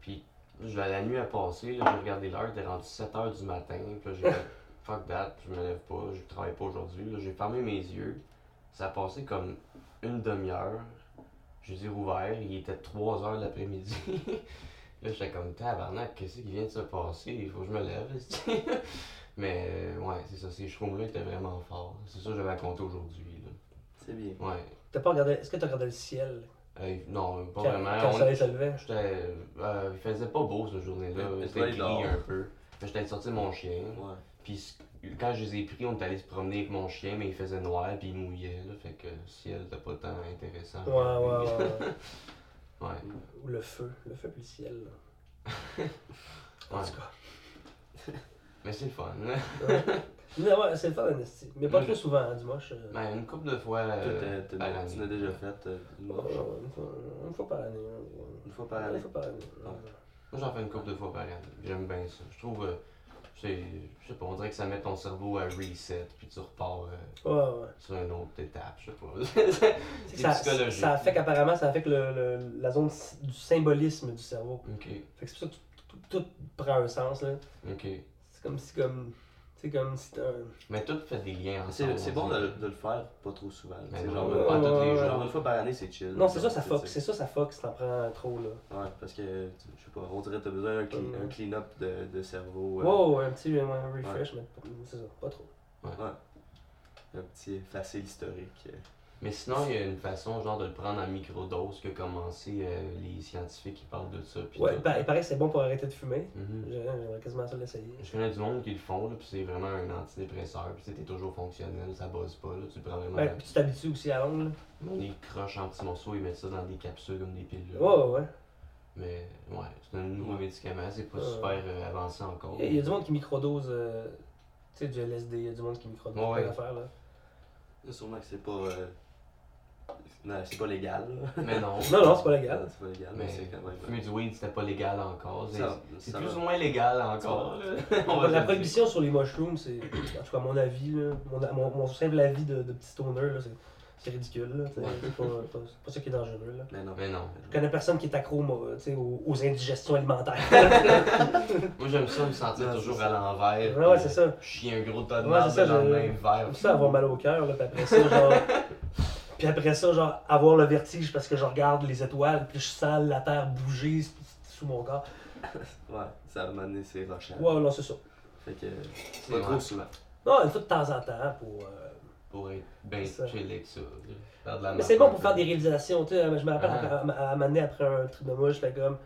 S2: Puis je- la nuit a passé, là, j'ai regardé l'heure, était rendu 7 heures du matin. Puis là, j'ai fait fuck that, je me lève pas, je travaille pas aujourd'hui. Là, j'ai fermé mes yeux. Ça a passé comme une demi-heure. Je les ai rouverts, il était 3 heures de l'après-midi. là, j'étais comme tabarnak, qu'est-ce qui vient de se passer? Il faut que je me lève. esti. Mais euh, ouais, c'est ça, ces shrooms-là étaient vraiment forts. C'est ça que j'avais raconté aujourd'hui.
S3: C'est bien.
S2: là. Ouais.
S1: T'as pas regardé. Est-ce que t'as regardé le ciel
S2: Euh, non, pas
S1: quand,
S2: vraiment.
S1: quand le
S2: On-
S1: soleil se levait?
S2: J'étais- euh, il faisait pas beau cette journée-là.
S3: Mais- mais toi,
S2: C'était gris
S3: il dort.
S2: un peu. Mais J'étais allé sortir mon chien.
S3: Ouais.
S2: Puis c- quand je les ai pris, on est allé se promener avec mon chien, mais il faisait noir puis il mouillait. Là, fait que le ciel était pas tant intéressant. à
S1: Ouais,
S2: regarder.
S1: ouais, ouais. ouais.
S2: Ouais.
S1: Ou le feu, le feu puis le ciel. là. en
S2: Ouais.
S1: tout cas.
S2: Mais c'est le fun.
S1: Mais ouais, c'est le fun, Anastie. Mais pas
S2: Moi,
S1: trop
S2: je-
S1: souvent, hein, du moche. euh,
S2: Ben, une couple de fois.
S3: Toi,
S2: euh,
S3: t'as- t'as-
S2: à l'année.
S3: tu l'as déjà fait euh, une
S1: ouais,
S3: fois-
S1: une, fois, une fois par année. hein.
S3: une fois par année.
S1: Une fois par année.
S3: Ah.
S2: Moi, j'en fais une couple de fois par année. J'aime bien ça. Je trouve. euh, c'est- je sais pas, on dirait que ça met ton cerveau à reset, puis tu repars euh,
S1: Ouais, ouais.
S2: sur une autre étape. Je sais pas.
S1: C'est que
S2: C'est
S1: ça,
S2: psychologique.
S1: ça affecte apparemment, ça affecte le, le- la zone s- du symbolisme du cerveau.
S2: ok,
S1: Fait que c'est pour ça que tout, tout- tout prend un sens, là.
S2: ok.
S1: C'est comme si, comme. C'est comme si t'as un.
S2: Mais tout fait des liens
S3: Mais
S2: ensemble.
S3: C'est c'est
S2: on
S3: bon de,
S2: dirait.
S3: de le faire pas trop souvent. là.
S2: Mais
S3: C'est
S2: non,
S3: genre,
S1: ouais,
S3: pas tous les
S1: ouais,
S3: jours.
S1: ouais.
S3: Une fois par année, c'est chill.
S1: Non, c'est ça,
S3: Genre,
S1: ça fuck.
S3: tu
S1: C'est ça,
S3: sais.
S1: ça fuck si t'en prends trop, là.
S3: Ouais, parce que, tu- je sais pas, on dirait que t'as besoin d'un clean,
S1: Ouais.
S3: un clean-up de, de cerveau. euh,
S1: Wow, un petit Euh. ouais, un refresh, mais c'est ça, pas trop.
S3: Un petit effacé historique. euh.
S2: Mais sinon, il y a une façon genre de le prendre en microdose que commencer euh, les scientifiques qui parlent de ça. puis
S1: Ouais, il
S2: tout.
S3: ben.
S1: paraît- il paraît que c'est bon pour arrêter de fumer.
S2: Mhm.
S1: J'aimerais j'aimerais quasiment ça l'essayer.
S2: Je connais du monde qui le font, là, puis c'est vraiment un antidépresseur, puis t'es toujours fonctionnel, ça bosse pas, là, tu le prends vraiment.
S1: Ouais, puis tu t'habitues aussi à l'ongle. là.
S2: On les croche en petits morceaux, ils mettent ça dans des capsules comme des pilules.
S1: Ouais, ouais.
S2: Mais ouais, c'est un nouveau médicament, c'est pas
S1: Ouais.
S2: super euh, avancé encore.
S1: Il y, a du monde qui microdose. euh, tu sais, du LSD, il y a du monde qui microdose.
S2: Ouais,
S1: plein
S2: ouais.
S1: d'affaires, là.
S3: Là, Sûrement que c'est pas. euh, Non, c'est pas
S1: Ah.
S3: légal. là.
S2: Mais non.
S1: Non, non, c'est pas légal.
S3: Non, C'est pas légal, mais,
S2: Mais
S3: c'est quand même. euh,
S2: fumer du weed, c'était pas légal encore. C'est
S3: Ça-
S2: c'est
S3: ça
S2: plus
S3: va.
S2: ou moins légal encore.
S3: Ça
S2: là. On va
S1: La
S2: le dire.
S1: prohibition sur les mushrooms, c'est. En tout cas, à mon avis, là, mon, mon, mon simple avis de, de petit stoner, là, c'est- c'est ridicule. là, tu sais, C'est pas, pas, c'est pas ça qui est dangereux. Là.
S3: Mais non.
S2: Mais non.
S1: Je connais personne qui est accro moi, tu sais, aux, aux indigestions alimentaires.
S2: Moi j'aime ça me sentir
S3: Non,
S2: toujours
S3: c'est ça.
S2: à l'envers.
S1: Ouais, ouais,
S2: puis
S1: c'est ça.
S2: Chier un gros tas de
S1: Ouais,
S2: merde
S1: c'est ça,
S2: dans le
S1: je-
S2: même verre.
S1: Comme ça, avoir mal au cœur, là, puis après ça, genre. Puis après ça, genre, avoir le vertige parce que je regarde les étoiles, puis je sens la terre bouger s- sous mon corps.
S3: Ouais, ça m'a mené ses rochers.
S1: Ouais, non, c'est ça.
S3: Fait que.
S2: C'est
S3: Pas
S2: vrai.
S3: trop souvent.
S1: Non, une fois de temps en temps pour. euh,
S2: Pour être bien
S1: C'est ça.
S2: chill avec ça. Faire de la
S1: Mais c'est bon pour
S2: marque,
S1: faire des réalisations, tu sais. hein, Je me rappelle
S2: Ah.
S1: à- à à un moment donné, après un trip de mouche, j'étais comme.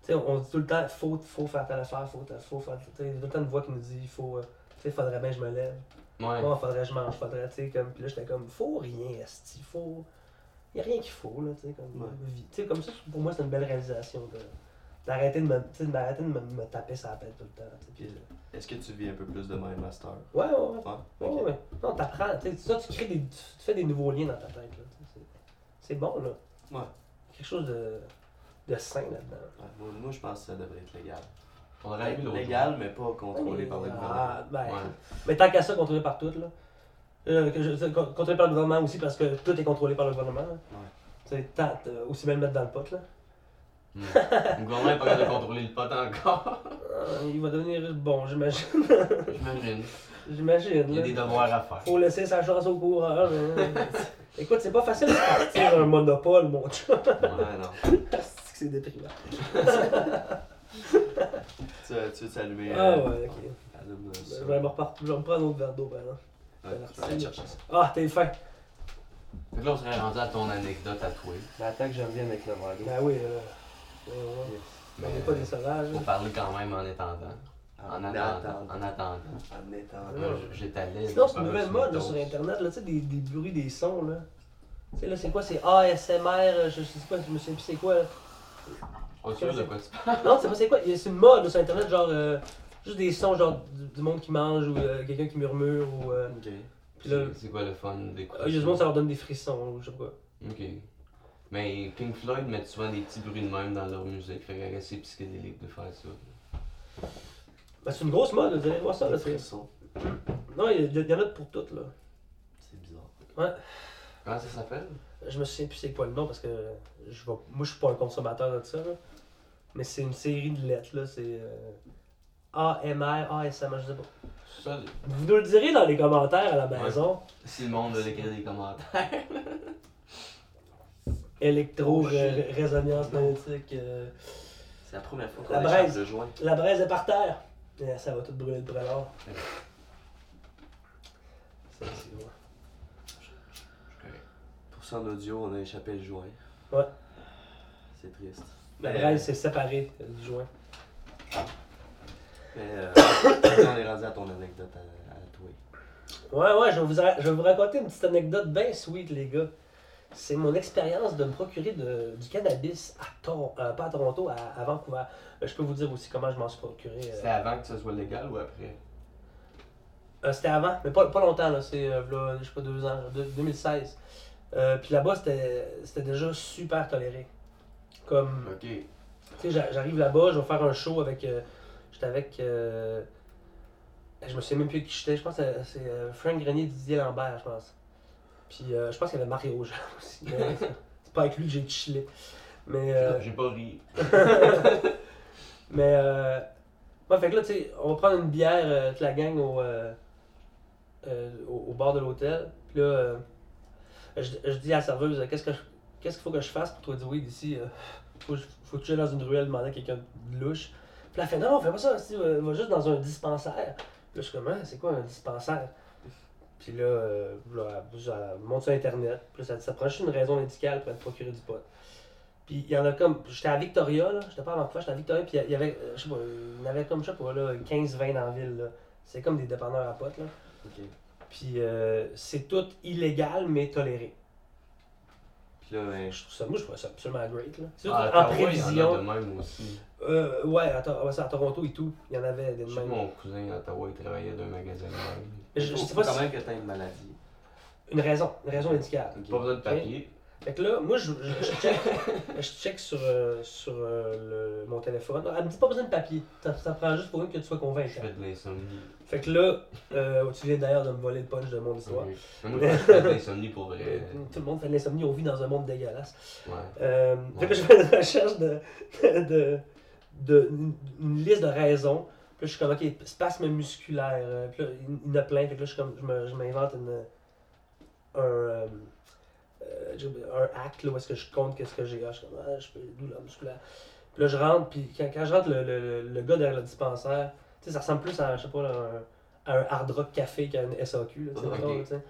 S1: Tu sais, on dit tout le temps, faut, faut faire telle affaire, faut, faut faire. Tu sais, il y a tout le temps une voix qui nous dit, faut. euh, Tu sais, faudrait bien que je me lève.
S2: Ouais.
S1: Bon, faudrait que je mange, faudrait, tu sais, comme. Puis là, j'étais comme, faut rien, esti, faut. Y a rien qu'il faut, là, tu sais, comme.
S3: Ouais.
S1: vie. Tu sais, comme ça, pour moi, c'est une belle réalisation de. D'arrêter de me, tu sais, de m'arrêter de me, me taper sur la tête tout le temps. tu sais, puis, euh,
S3: Est-ce que tu vis un peu plus de My Master
S1: Ouais, ouais, ouais.
S3: Ouais.
S1: Ouais,
S3: ok.
S1: ouais. Non, t'apprends. tu sais, Ça, tu, crées des, tu tu fais des nouveaux liens dans ta tête. Là. tu sais, c'est- C'est bon, là.
S3: Ouais.
S1: Quelque chose de, de sain là-dedans.
S3: Ouais, moi, moi, je pense que ça devrait être légal. Ben,
S2: On aurait vu Ah, l'autre.
S3: Légal, mais pas contrôlé par le gouvernement.
S1: Ah, ben,
S2: Ouais.
S1: Mais tant qu'à ça, contrôlé par tout, là. Euh, que je- c'est con- contrôlé par le gouvernement aussi, parce que tout est contrôlé par le gouvernement. là. Tu sais, tant- t'as aussi bien le mettre dans le pot, là.
S2: Hmm. Le gouvernement est pas capable de contrôler le pot encore.
S1: Euh, il va devenir bon, j'imagine.
S2: J'imagine.
S1: j'imagine.
S2: Il y a
S1: là.
S2: des devoirs à faire.
S1: Faut laisser sa chance au coureur. hein. Écoute, c'est pas facile de partir un monopole, mon chat.
S3: Ouais, non.
S1: c'est déprimant.
S3: Tu, tu veux t'allumer
S1: Ah ouais, ok. Ben,
S3: Allume euh,
S1: Je
S3: ça.
S1: vais me repart- je vais me prendre un autre verre d'eau, ben là.
S3: Ouais, je vais aller chercher ça.
S1: Ah, t'es fin.
S2: Fait que là, on serait rendu à ton anecdote à toi.
S4: Mais attends que je revienne avec le verre d'eau.
S1: Ben oui, là. Ouais, ouais.
S2: Mais
S1: On n'est pas des sauvages. hein.
S2: faut parler quand même en attendant. En attendant. En attendant.
S3: En étant.
S1: Ouais.
S2: Moi, j'étalais.
S1: Sinon, c'est une nouvelle mode là, sur Internet, là, tu sais, des, des bruits, des sons, là. Tu sais, là, c'est quoi, c'est ASMR, euh, je sais pas, je me souviens plus c'est quoi, là.
S2: Pas sûr de quoi tu parles.
S1: Non, c'est pas c'est quoi, il y a- c'est une mode là, sur Internet, genre, euh, juste des sons, genre, du, du monde qui mange, ou euh, quelqu'un qui murmure, ou... euh,
S3: Ok.
S1: Puis là, ah,
S2: C'est- C'est quoi le fun d'écouter?
S1: il y a du
S2: ça?
S1: monde, ça leur donne des frissons, ou je sais pas.
S2: Ok. Mais Pink Floyd mettent souvent des petits bruits de même dans leur musique. Fait que c'est psychédélique de faire ça.
S1: Ben, c'est une grosse mode, là, vous allez voir ça, là.
S3: Des
S1: c'est-
S3: frissons.
S1: Non, il y, a- il y en a pour toutes, là.
S3: C'est bizarre.
S2: Comment ça s'appelle?
S1: Je me souviens plus c'est quoi le nom parce que je vais- moi je suis pas un consommateur de ça. là. Mais c'est une série de lettres là, c'est euh, AMR, ASMR, je sais pas.
S2: Ça,
S1: Vous nous le direz dans les commentaires à la
S2: Ouais.
S1: maison.
S2: si le monde veut écrire des commentaires.
S1: Électro,
S3: Oh, shit.
S1: ré- résonance magnétique. euh,
S3: C'est la première fois
S1: La
S3: qu'on échange
S1: braise.
S3: de joint.
S1: la braise est par terre. Eh, ça va tout brûler de brûlard.
S2: Ouais.
S1: Ça, c'est bon.
S3: Pour ça, en audio, on a échappé le joint.
S1: Ouais.
S3: C'est triste.
S1: La
S3: Mais-
S1: braise s'est séparée euh, du joint.
S3: Mais euh, maintenant, on est rendu à ton anecdote à, à toi.
S1: Ouais, ouais, je vais, vous ra- je vais vous raconter une petite anecdote bien sweet, les gars. C'est mon expérience de me procurer de- du cannabis à Toronto, pas à Toronto, à, à Vancouver. Euh, Je peux vous dire aussi comment je m'en suis procuré. euh.
S2: C'était avant que ce soit légal ou après?
S1: Euh, c'était avant, mais pas, pas longtemps, là. C'est, euh, v'là, je sais pas, deux ans, genre, deux- 2016. Euh, Puis là-bas, c'était c'était déjà super toléré. Comme,
S2: Ok.
S1: tu sais, j'a- j'arrive là-bas, je vais faire un show avec. euh, j'étais avec. euh, ben, je me souviens même plus qui j'étais. Je pense que c'est euh, Frank Grenier, Didier Lambert, je pense. Puis euh, je pense qu'il y avait Mario Rouge aussi. mais c'est c'est pas avec lui que j'ai chillé. Mais. euh,
S2: J'ai pas ri.
S1: mais. Euh, ouais, fait que là, tu sais, on va prendre une bière, euh, toute la gang, au, euh, euh, au, au bar de l'hôtel. Puis là, euh, je, je dis à la serveuse, euh, qu'est-ce que je- qu'est-ce qu'il faut que je fasse pour trouver du weed ici? euh? faut, que je- faut que j'aille dans une ruelle demander à quelqu'un de louche. Puis elle fait, non, non, fais pas ça, si, euh, va juste dans un dispensaire. Puis là, je suis comme, Hein, c'est quoi un dispensaire? Puis là, euh, là, elle- elle monte sur Internet. Puis là, ça, ça prend juste une raison médicale pour être procuré du pot. Puis il y en a comme. J'étais à Victoria, là. J'étais pas à Vancouver, j'étais à Victoria. Puis il y avait, euh, je sais pas, il y en avait comme, je sais pas, là, 15-20 dans la ville, là. C'est comme des dépanneurs à potes, là.
S3: Ok.
S1: Puis euh, c'est tout illégal, mais toléré.
S3: Puis là, ben,
S1: Je trouve ça, moi, je trouve ça absolument great, là. C'est
S2: Ah,
S1: tout en
S2: Ottawa, il y en a
S1: prévision.
S2: de même aussi.
S1: Euh, ouais, à, Tor- ouais, c'est à Toronto et tout, il y en avait des
S2: Je sais que
S1: mêmes.
S2: mon cousin à Ottawa, il travaillait dans un magasin de même.
S1: Mais Je, je
S3: faut-
S1: sais pas
S3: faut
S1: si
S3: quand même que t'aies une maladie.
S1: une raison, une raison médicale.
S3: Ok.
S2: Pas besoin de papier.
S1: Fait que là, moi, je, je, je check, je check sur, euh, sur euh, le- mon téléphone. Elle me dit pas besoin de papier, ça, ça prend juste pour une que tu sois
S2: Je
S1: convaincu.
S2: fais de l'insomnie.
S1: Fait que là, euh, tu viens d'ailleurs de me voler le punch de mon histoire. Euh,
S2: Ok. Mais Moi, je fais de l'insomnie pour vrai.
S1: Tout le monde fait de l'insomnie, on vit dans un monde dégueulasse.
S2: Ouais.
S1: Euh, Fait que
S2: Ouais.
S1: je fais une recherche de, de, de, de- une, une liste de raisons. Puis là, je suis comme, ok, spasme musculaire. euh, Puis là, il- il y en a plein. Fait que là, je, suis comme, je, me- je m'invente une, un, euh, euh, j'ai oublié- un acte là, où est-ce que je compte qu'est-ce que j'ai. Ah, je suis comme, ah, je peux, douleur musculaire. Puis là, je rentre, puis quand, quand je rentre, le, le- le gars derrière le dispensaire, tu sais, ça ressemble plus à, je sais pas, là, un- à un hard rock café qu'à une SAQ, là, tu sais,
S2: Ok.
S1: mettons, là, tu sais.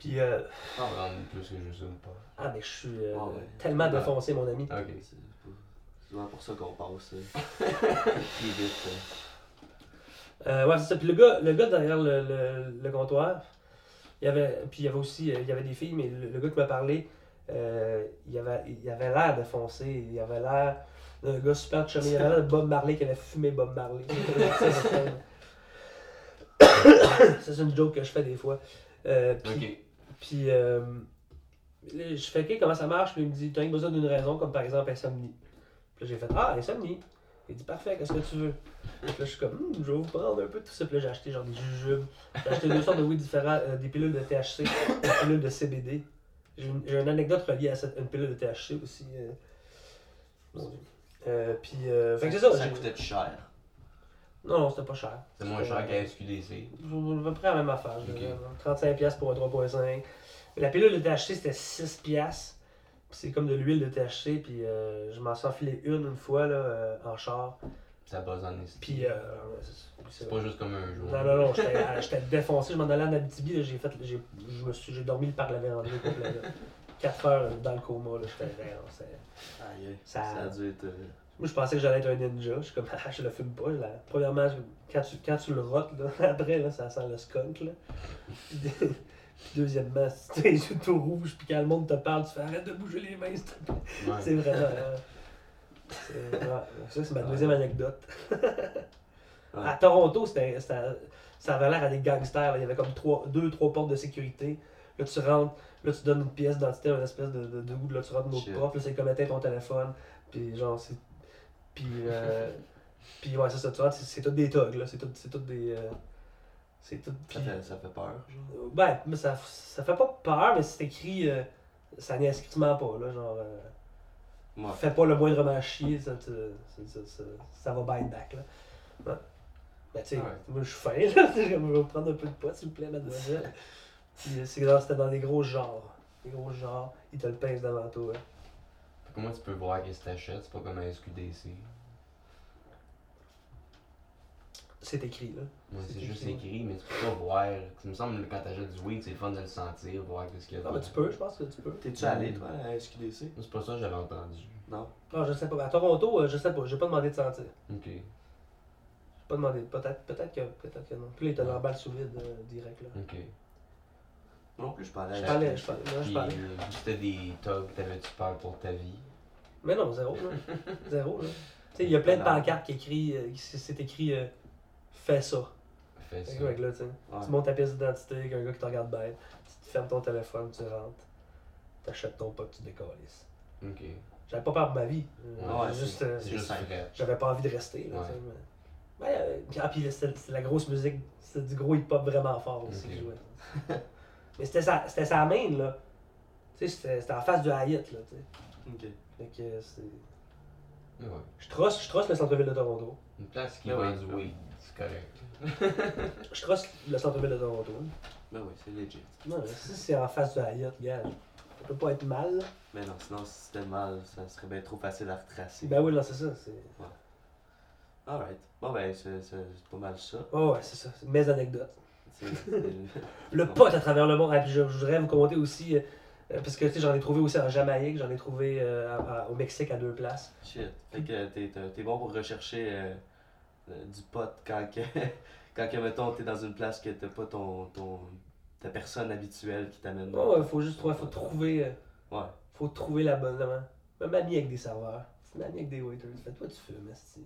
S1: Puis, euh,
S2: T'en rendre plus que juste une pas.
S1: ah, mais je suis euh,
S3: Ah ouais.
S1: tellement
S2: Ouais.
S1: défoncé, mon ami.
S2: Ok.
S3: C'est pas- c'est souvent pour ça qu'on passe. euh, Plus vite. euh.
S1: Euh, ouais, c'est ça. Puis le gars, le gars derrière le, le- le comptoir, il y avait, puis il y avait aussi euh, il y avait des filles, mais le, le gars qui m'a parlé, euh, il avait il avait l'air défoncé. Il avait l'air d'un gars super chumé. Il avait l'air de Bob Marley qui avait fumé Bob Marley. Ça, c'est une joke que je fais des fois. Euh, puis-
S2: Ok.
S1: puis, euh, là, je fais, OK, comment ça marche? Puis, il me dit, t'as besoin d'une raison, comme par exemple insomnie. Puis là, j'ai fait, ah, insomnie. Il dit, parfait, qu'est-ce que tu veux? Puis là, je suis comme, Hmm, je vais vous prendre un peu de tout ça. Puis là, j'ai acheté genre des jujubes. J'ai acheté deux sortes de oui différents, euh, des pilules de THC, des pilules de CBD. J'ai une, j'ai une anecdote reliée à cette, une pilule de THC aussi. euh. Mon Dieu. Euh, puis, euh, fait que c'est ça.
S3: Ça
S1: j'ai-
S3: coûtait cher.
S1: Non, non, c'était pas cher.
S2: C'est moins cher qu'à SQDC.
S1: À peu près la même affaire. je
S2: Ok.
S1: dirais. 35$ pour un 3.5. Mais La pilule de THC, c'était 6$. Puis C'est comme de l'huile de THC. Puis euh, je m'en suis enfilé une une fois là, euh, en char.
S2: Ça buzz en esti.
S1: Puis. euh, c'est- c'est-
S2: C'est pas juste comme un jour.
S1: non, non, non, j'étais euh, j'étais défoncé. Je m'en allais en Abitibi. là, J'ai fait- j'ai- je me suis- j'ai dormi le par la véranda complètement. 4 heures dans le coma. là, J'étais vraiment. c'est-
S3: Aïe, aïe.
S1: Ça-
S3: Ça, a dû être. euh,
S1: Moi, je pensais que j'allais être un ninja. Je suis comme, ah, je le fume pas. Je la- Premièrement, je- quand tu, quand tu le rotes, là, après, là, ça sent le skunk. Là. Puis, de- puis deuxièmement, si t'as les yeux tout rouges, puis quand le monde te parle, tu fais arrête de bouger les mains. s'il te plaît. C'est
S2: Ouais.
S1: vraiment. euh, c'est- ouais. Ça, c'est ma deuxième anecdote. À Toronto, c'était, c'était- ça avait l'air à des gangsters. là. Il y avait comme trois, deux, trois portes de sécurité. Là, tu rentres, là, tu donnes une pièce d'identité à une espèce de, de, de là, tu rentres une autre
S3: Shit.
S1: porte, là, c'est comme éteindre ton téléphone. Puis, genre, c'est. Puis, euh, puis ouais, c'est ça, tu rentres, c'est, c'est tout des thugs, là. C'est tout, c'est tout des. euh, c'est tout.
S3: Ça,
S1: puis-
S3: fait, ça fait peur, genre.
S1: Ouais, mais ça, ça fait pas peur, mais c'est écrit. euh, ça n'y inscritement pas, là. Genre. euh,
S3: Moi,
S1: Fais pas le moindrement chier, ça, te- ça, ça, ça, ça va bite back. Là. Ouais. Ben, tu sais,
S2: Ouais.
S1: moi je suis fin, là. Je vais me prendre un peu de poids, s'il vous plaît, mademoiselle. Puis euh, c'est grave, c'était dans des gros genres. Des gros genres, ils te le pincent devant toi. hein.
S2: Comment tu peux voir qu'est-ce que t'achètes? C'est pas comme un SQDC.
S1: C'est écrit, là.
S2: Ouais,
S1: C'est
S2: c'est juste
S1: écrit.
S2: écrit, mais tu peux pas voir. Il me semble que quand t'achètes du weed, c'est le fun de le sentir, voir qu'est-ce qu'il y a
S1: Non, mais Ah, ben, tu peux, je pense que tu peux.
S3: T'es-tu allé, toi, à SQDC
S2: Moi, C'est pas ça que j'avais entendu.
S3: Non.
S1: Non, je sais pas. À Toronto, euh, je sais pas. J'ai pas demandé de sentir. J'ai
S2: Ok.
S1: pas demandé. Peut-être peut-être que, peut que non. Puis là, ils te
S2: Ouais.
S1: l'emballent sous vide euh, direct, là.
S2: Ok.
S3: Non plus, je parlais
S1: Je
S3: à
S1: parlais,
S3: SQDC.
S1: je parlais, non, je
S2: Puis,
S1: parlais.
S2: euh, c'était des thugs, t'avais-tu peur pour ta vie?
S1: Mais non, zéro, là. zéro, là. Tu sais, il y a plein de pancartes qui écrit, euh, qui- c'est écrit euh, Fais ça.
S2: Fais
S1: Fait
S2: ça.
S1: que, ouais, là, tu sais.
S3: Ouais.
S1: Tu montes ta pièce d'identité avec un gars qui te regarde bête, tu te fermes ton téléphone, tu rentres, t'achètes ton pot, tu décolles.
S2: Ok.
S1: J'avais pas peur de ma vie. Euh,
S3: Ouais,
S1: juste, euh,
S2: C'est juste
S3: simple.
S2: vrai.
S1: j'avais pas envie de rester. Là,
S2: Ouais.
S1: tu sais, mais- Ouais, euh, puis- ah, puis c'était c'était la grosse musique, c'était du gros hip-hop vraiment fort aussi
S2: Ok.
S1: qui jouait. Mais c'était sa, c'était sa main, là. Tu sais, c'était c'était en face du Hyatt, là, tu sais.
S3: Ok.
S1: Fait que euh, c'est...
S2: Ouais.
S1: Je trosse, je trosse le centre-ville de Toronto.
S2: Une place qui
S3: Ouais,
S2: vend
S3: ouais.
S2: du weed, c'est correct.
S1: Je trosse le centre-ville de Toronto.
S3: Ben oui, c'est legit.
S1: Non, mais si c'est en face du Hyatt, gars, ça peut pas être mal, là.
S3: Mais non, sinon, si c'était mal, ça serait bien trop facile à retracer.
S1: Ben oui, non, c'est ça, c'est...
S3: Alright. Bon, ben, c'est c'est- c'est pas mal ça.
S1: Oh ouais, c'est ça, c'est mes anecdotes.
S3: C'est- c'est-
S1: Le pot à travers le monde. Ah, puis je, je voudrais vous commenter aussi, euh, euh, parce que tu sais, j'en ai trouvé aussi en Jamaïque, j'en ai trouvé euh, à- à- au Mexique à deux places.
S3: Shit. Fait que t'es- t'es t'es bon pour rechercher euh, euh, du pot quand que, quand que, mettons, t'es dans une place que t'as pas ton, ton, ta personne habituelle qui t'amène.
S1: Oh, ouais, faut juste trouver, faut trouver, euh,
S3: Ouais.
S1: faut trouver la bonne. la- Même amie avec des serveurs, même amie avec des waiters. Fait toi, tu fumes, esti.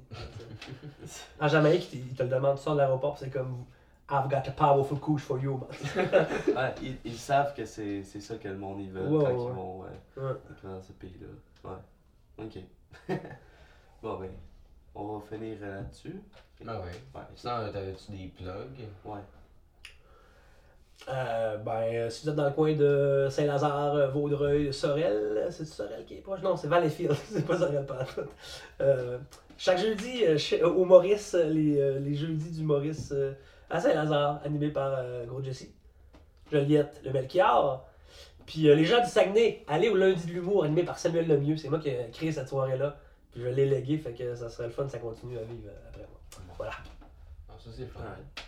S1: En Jamaïque, ils te- ils te le demandent, tu sors de l'aéroport, puis c'est comme I've got a powerful couche for you, man.
S3: Ouais, ils, ils savent que c'est c'est ça que le monde y veut
S1: Ouais,
S3: quand
S1: ouais,
S3: ils
S1: ouais.
S3: vont euh,
S1: Ouais.
S3: dans ce pays-là. Ouais. Ok. bon, ben, on va finir euh, là-dessus.
S2: Ah ouais.
S3: Ouais.
S2: Sinon, euh, t'avais-tu des plugs?
S3: Ouais.
S1: Euh, ben, euh, si vous êtes dans le coin de Saint-Lazare, euh, Vaudreuil, Sorel, c'est Sorel qui est proche? Non, c'est Valleyfield, c'est pas Sorel pas euh, Chaque jeudi, euh, chez- au Maurice, euh, les, euh, les jeudis du Maurice euh, à Saint-Lazare, animé par euh, Gros Jesse, Joliette, le Melchior, Puis euh, les gens du Saguenay, allez au lundi de l'humour animé par Samuel Lemieux. C'est moi qui ai créé cette soirée-là. Puis je l'ai légué, fait que ça serait le fun, ça continue à vivre euh, après moi.
S2: Ah, ça, c'est fun.
S3: Alright.
S2: Puis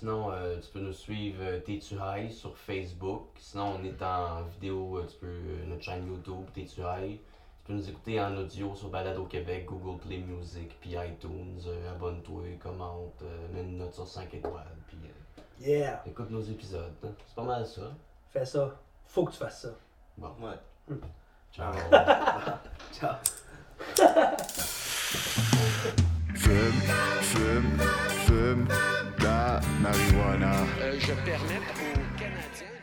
S2: sinon, euh, tu peux nous suivre euh, T'es tu high sur Facebook. Sinon, on est en vidéo, euh, tu peux euh, notre chaîne YouTube T'es tu high. Tu peux nous écouter en audio sur Balado Québec, Google Play Music, puis iTunes. Euh, Abonne-toi, commente, euh, mets une note sur 5 étoiles, puis euh,
S1: Yeah!
S2: écoute nos épisodes. hein. C'est pas mal ça.
S1: Fais ça. Faut que tu fasses ça.
S2: Bon,
S3: Ouais.
S2: ciao.
S3: Ciao.
S5: Fume, fume, fume de la marijuana.
S6: Euh, je permets aux Canadiens